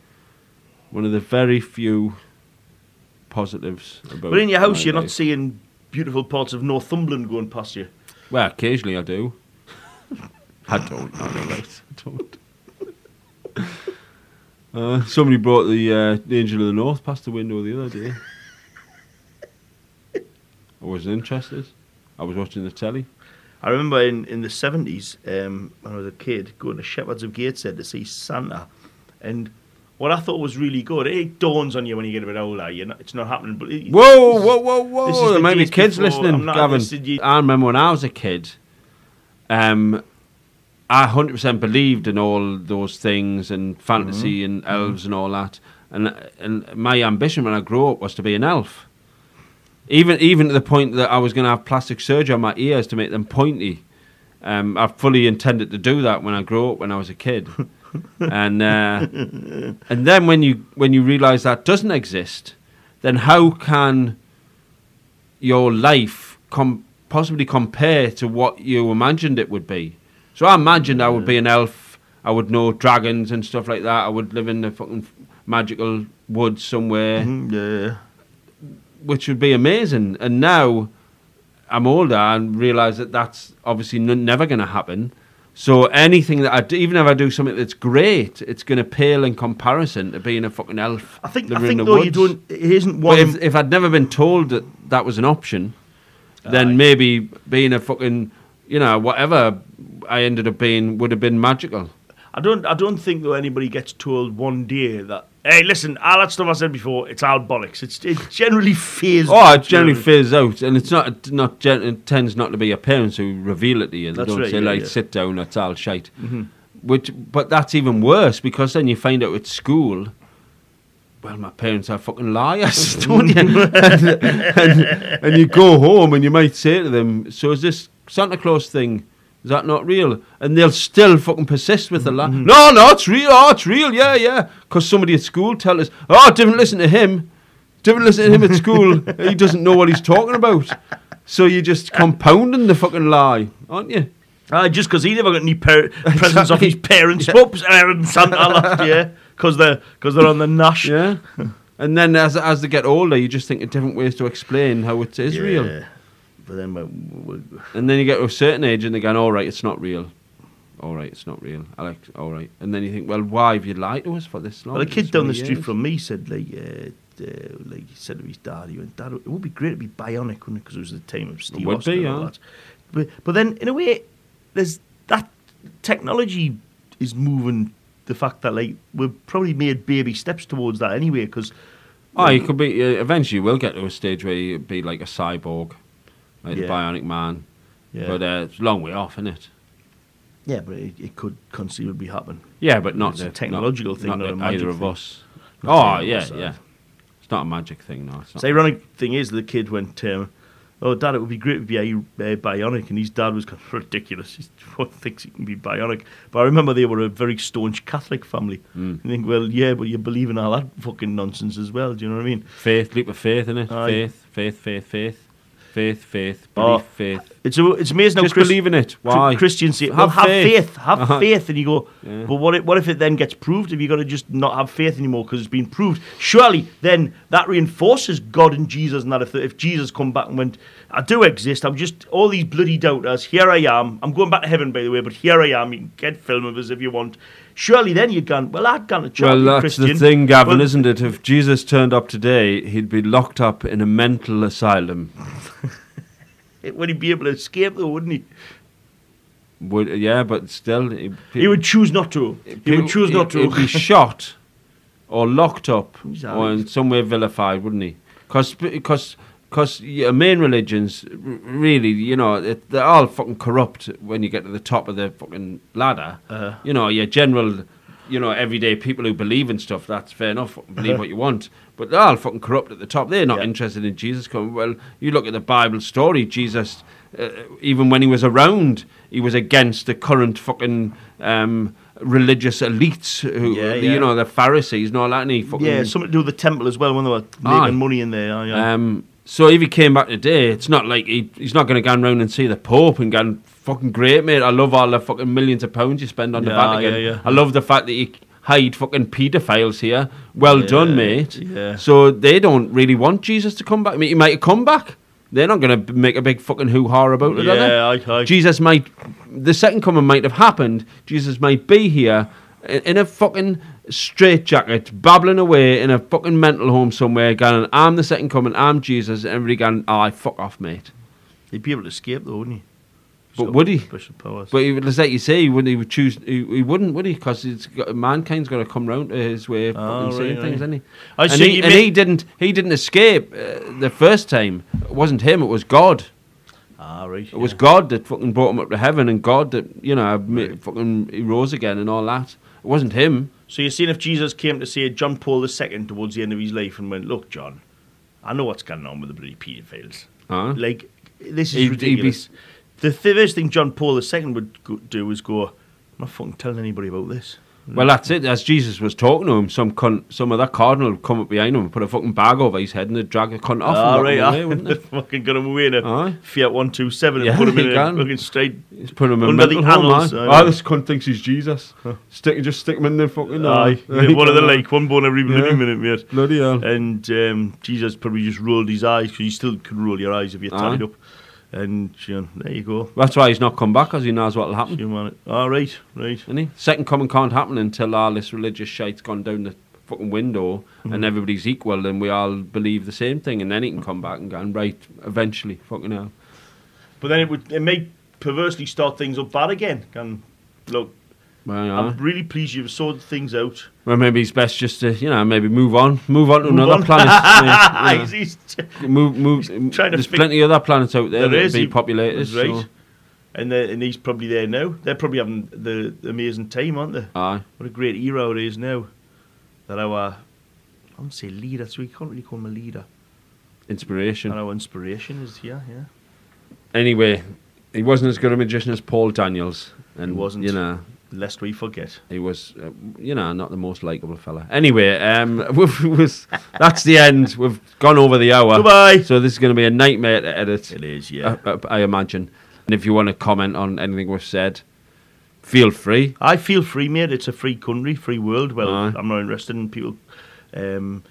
one of the very few positives about. But in your my house, you're not life. seeing beautiful parts of Northumberland going past you. Well, occasionally I do. I don't. I don't. Like, I don't. Uh, somebody brought the uh, the Angel of the North past the window the other day. I wasn't interested. I was watching the telly. I remember in, in the 70s, um, when I was a kid, going to Shepherds of Gateshead to see Santa. And what I thought was really good, it dawns on you when you get a bit older. You're not, it's not happening. But it, Whoa, whoa, whoa, whoa! this is there the might be days kids before- listening, I'm not Gavin. interested, you- I remember when I was a kid, um, I hundred percent believed in all those things and fantasy Mm-hmm. and elves and all that. And and my ambition when I grew up was to be an elf. Even even to the point that I was going to have plastic surgery on my ears to make them pointy. Um, I fully intended to do that when I grew up when I was a kid. and uh, and then when you when you realise that doesn't exist, then how can your life com- possibly compare to what you imagined it would be? So I imagined I would be an elf. I would know dragons and stuff like that. I would live in the fucking magical woods somewhere Mm, yeah. which would be amazing. And now I'm older and realise that that's obviously n- never going to happen. So anything that I do, even if I do something that's great, it's going to pale in comparison to being a fucking elf. I think, I living in the think though, you woods. don't, it isn't But one. if, if I'd never been told that that was an option, then maybe being a fucking, you know, whatever I ended up being would have been magical. I don't I don't think though anybody gets told one day that hey listen all that stuff I said before it's all bollocks. It's it generally fears. Oh, it generally fears out, and it's not it not gen- it tends not to be your parents who reveal it to you. They That's don't right, say yeah, Mm-hmm. like yeah. sit down, that's all shite. Which, but that's even worse because then you find out at school. Well, my parents are fucking liars, don't you? and, and, and you go home and you might say to them, "So is this Santa Claus thing?" Is that not real? And they'll still fucking persist with the lie. No, no, it's real. Oh, it's real. Yeah, yeah. Because somebody at school tell us, oh, didn't listen to him. Didn't listen to him at school. he doesn't know what he's talking about. So you're just compounding the fucking lie, aren't you? Uh, just because he never got any par- presents off his parents' pups um, Santa last year because they're because they're on the nash. Yeah. and then as as they get older, you just think of different ways to explain how it is real. Yeah. But then when- when- And then you get to a certain age and they're going, all right, it's not real. All right, it's not real. Alex, all right. And then you think, well, why have you lied to us for this long? well, a kid It's down the many street years." from me said like uh, uh, like he said to his dad, he went, "Dad, it would be great to be bionic, wouldn't it? Because it was the time of Steve would Austin be, and all yeah. that." But but then in a way, there's that technology is moving. The fact that like we've probably made baby steps towards that anyway, because Oh, you could be. Uh, eventually, you will get to a stage where you be like a cyborg, like Yeah. the Bionic Man. yeah, But uh, it's a long way off, isn't it? yeah, but it, it could conceivably happen. Yeah, but not It's a the- technological not- thing, not not the- a magic either of thing. us. Not oh, the yeah, other yeah. side. It's not a magic thing, no. It's not. The ironic thing is, the kid went, um, "Oh, Dad, it would be great to be a, uh, bionic," and his dad was kind of ridiculous. He thinks he can be bionic, but I remember they were a very staunch Catholic family. Hmm. And You think, well, yeah, but you believe in all that fucking nonsense as well. Do you know what I mean? faith, leap of faith, isn't it? Aye. Faith, faith, faith, faith, faith, faith, belief, Oh, faith. It's a, it's amazing Just how Chris, believe in it. Chri- Why? Christians say, Have well, have faith, faith. have Uh-huh. faith, and you go, Yeah. but what if, what if it then gets proved? Have you got to just not have faith anymore because it's been proved? Surely then that reinforces God and Jesus, and that if, if Jesus come back and went, I do exist, I'm just all these bloody doubters. Here I am. I'm going back to heaven, by the way, but here I am. You can get film of us if you want. Surely then you've gone, well, I'd gone to church. Well, that's Christian. the thing, Gavin, Well, isn't it? If Jesus turned up today, he'd be locked up in a mental asylum. Would he be able to escape though? Wouldn't he? Would, yeah, but still, he, He would choose not to. He would choose not to. He'd be shot or locked up Exactly. or in some way vilified, wouldn't he? Because because your main religions r- really, you know, it, they're all fucking corrupt when you get to the top of the fucking ladder. Uh-huh. You know, your general, you know, everyday people who believe in stuff, that's fair enough, fucking believe what you want. But they're all fucking corrupt at the top. They're not Yeah. interested in Jesus coming. Well, you look at the Bible story, Jesus, uh, even when he was around, he was against the current fucking um, religious elites, who, Yeah, the- yeah. you know, the Pharisees and all that. And he fucking Yeah, something to do with the temple as well when they were making Aye. money in there. aye, aye. Um, so if he came back today, it's not like he, he's not going to go round and see the Pope and go, fucking great, mate. I love all the fucking millions of pounds you spend on the Yeah, Vatican. yeah, yeah. I love the fact that you hide fucking paedophiles here. Well Yeah, done, mate. yeah. So they don't really want Jesus to come back. I mean, he might have come back. They're not going to make a big fucking hoo ha about it, are they? yeah, I, I, Jesus might, the second coming might have happened. Jesus might be here i- in a fucking straitjacket, babbling away in a fucking mental home somewhere, going, I'm the second coming, I'm Jesus, and everybody going, aye, fuck off, mate. he'd be able to escape though, wouldn't he? But He's would he? got Special powers. But he, would- as like you say, he wouldn't, he would choose, he, he wouldn't, would he? Because mankind's going to come round to his way of Ah, fucking right, seeing right. things, isn't he? I and see he, you and mean- he didn't, he didn't escape uh, the first time. It wasn't him, it was God. ah, right. It was God that fucking brought him up to heaven, and God that you know ma- Right. fucking he rose again and all that. It wasn't him. So you're saying if Jesus came to say John Paul II towards the end of his life and went, look, John, I know what's going on with the bloody paedophiles. Huh? Like, this is He'd- he'd Ah. be- ridiculous. The th- first thing John Paul II would go, do was go, I'm not fucking telling anybody about this. Well, that's it. As Jesus was talking to him, some cunt, some other cardinal would come up behind him and put a fucking bag over his head and they'd drag a cunt off. Ah, and right, right, ah. away, wouldn't it? fucking got him away in a Aye. Fiat 127 and Yeah, put him in you a can. fucking straight. Just put him in Under the mental home, annals, uh, aye. aye. Ah, this cunt thinks he's Jesus. Stick, just stick him in there, fucking. uh, Aye, There you one of the go. like, one bone every bloody Yeah. minute, mate. Bloody hell. And um, Jesus probably just rolled his eyes because you still can roll your eyes if you're tied Aye. up. And you know, there you go. That's why he's not come back, because he knows what'll happen. You man. All right, right. Isn't he? Second coming can't happen until all this religious shite's gone down the fucking window Mm-hmm. and everybody's equal and we all believe the same thing and then he can come back and go and right eventually fucking hell. But then it would it may perversely start things up bad again. And look, Well, yeah. I'm really pleased you've sorted things out. well, maybe it's best just to, you know, maybe move on. Move on to another on. planet. Yeah, yeah. He's- he's- Move, move. trying to There's fig- plenty of other planets out there, There that is, be he- populated. that's right. so- And, they're- and he's probably there now. They're probably having the, the amazing time, aren't they? Aye. What a great era it is now. That our, I wouldn't say leader, so we can't really call him a leader. Inspiration. And our inspiration is here, yeah. Anyway, he wasn't as good a magician as Paul Daniels. And, He wasn't. You know, Lest we forget. he was, uh, you know, not the most likable fella. Anyway, um, we've, we've, that's the end. We've gone over the hour. Goodbye. So this is going to be a nightmare to edit. It is, yeah. I, I- I imagine. And if you want to comment on anything we've said, feel free. I feel free, mate. It's a free country, free world. Well, Aye. I'm not interested in people um,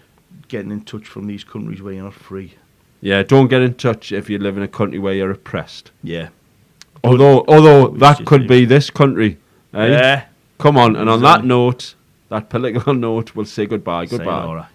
getting in touch from these countries where you're not free. Yeah, don't get in touch if you live in a country where you're oppressed. Yeah. Although, although that just could leave be this country. Eh? Yeah. uh, Come on, and on Sorry. that note, that political note, we'll say goodbye. Goodbye. Sayonara.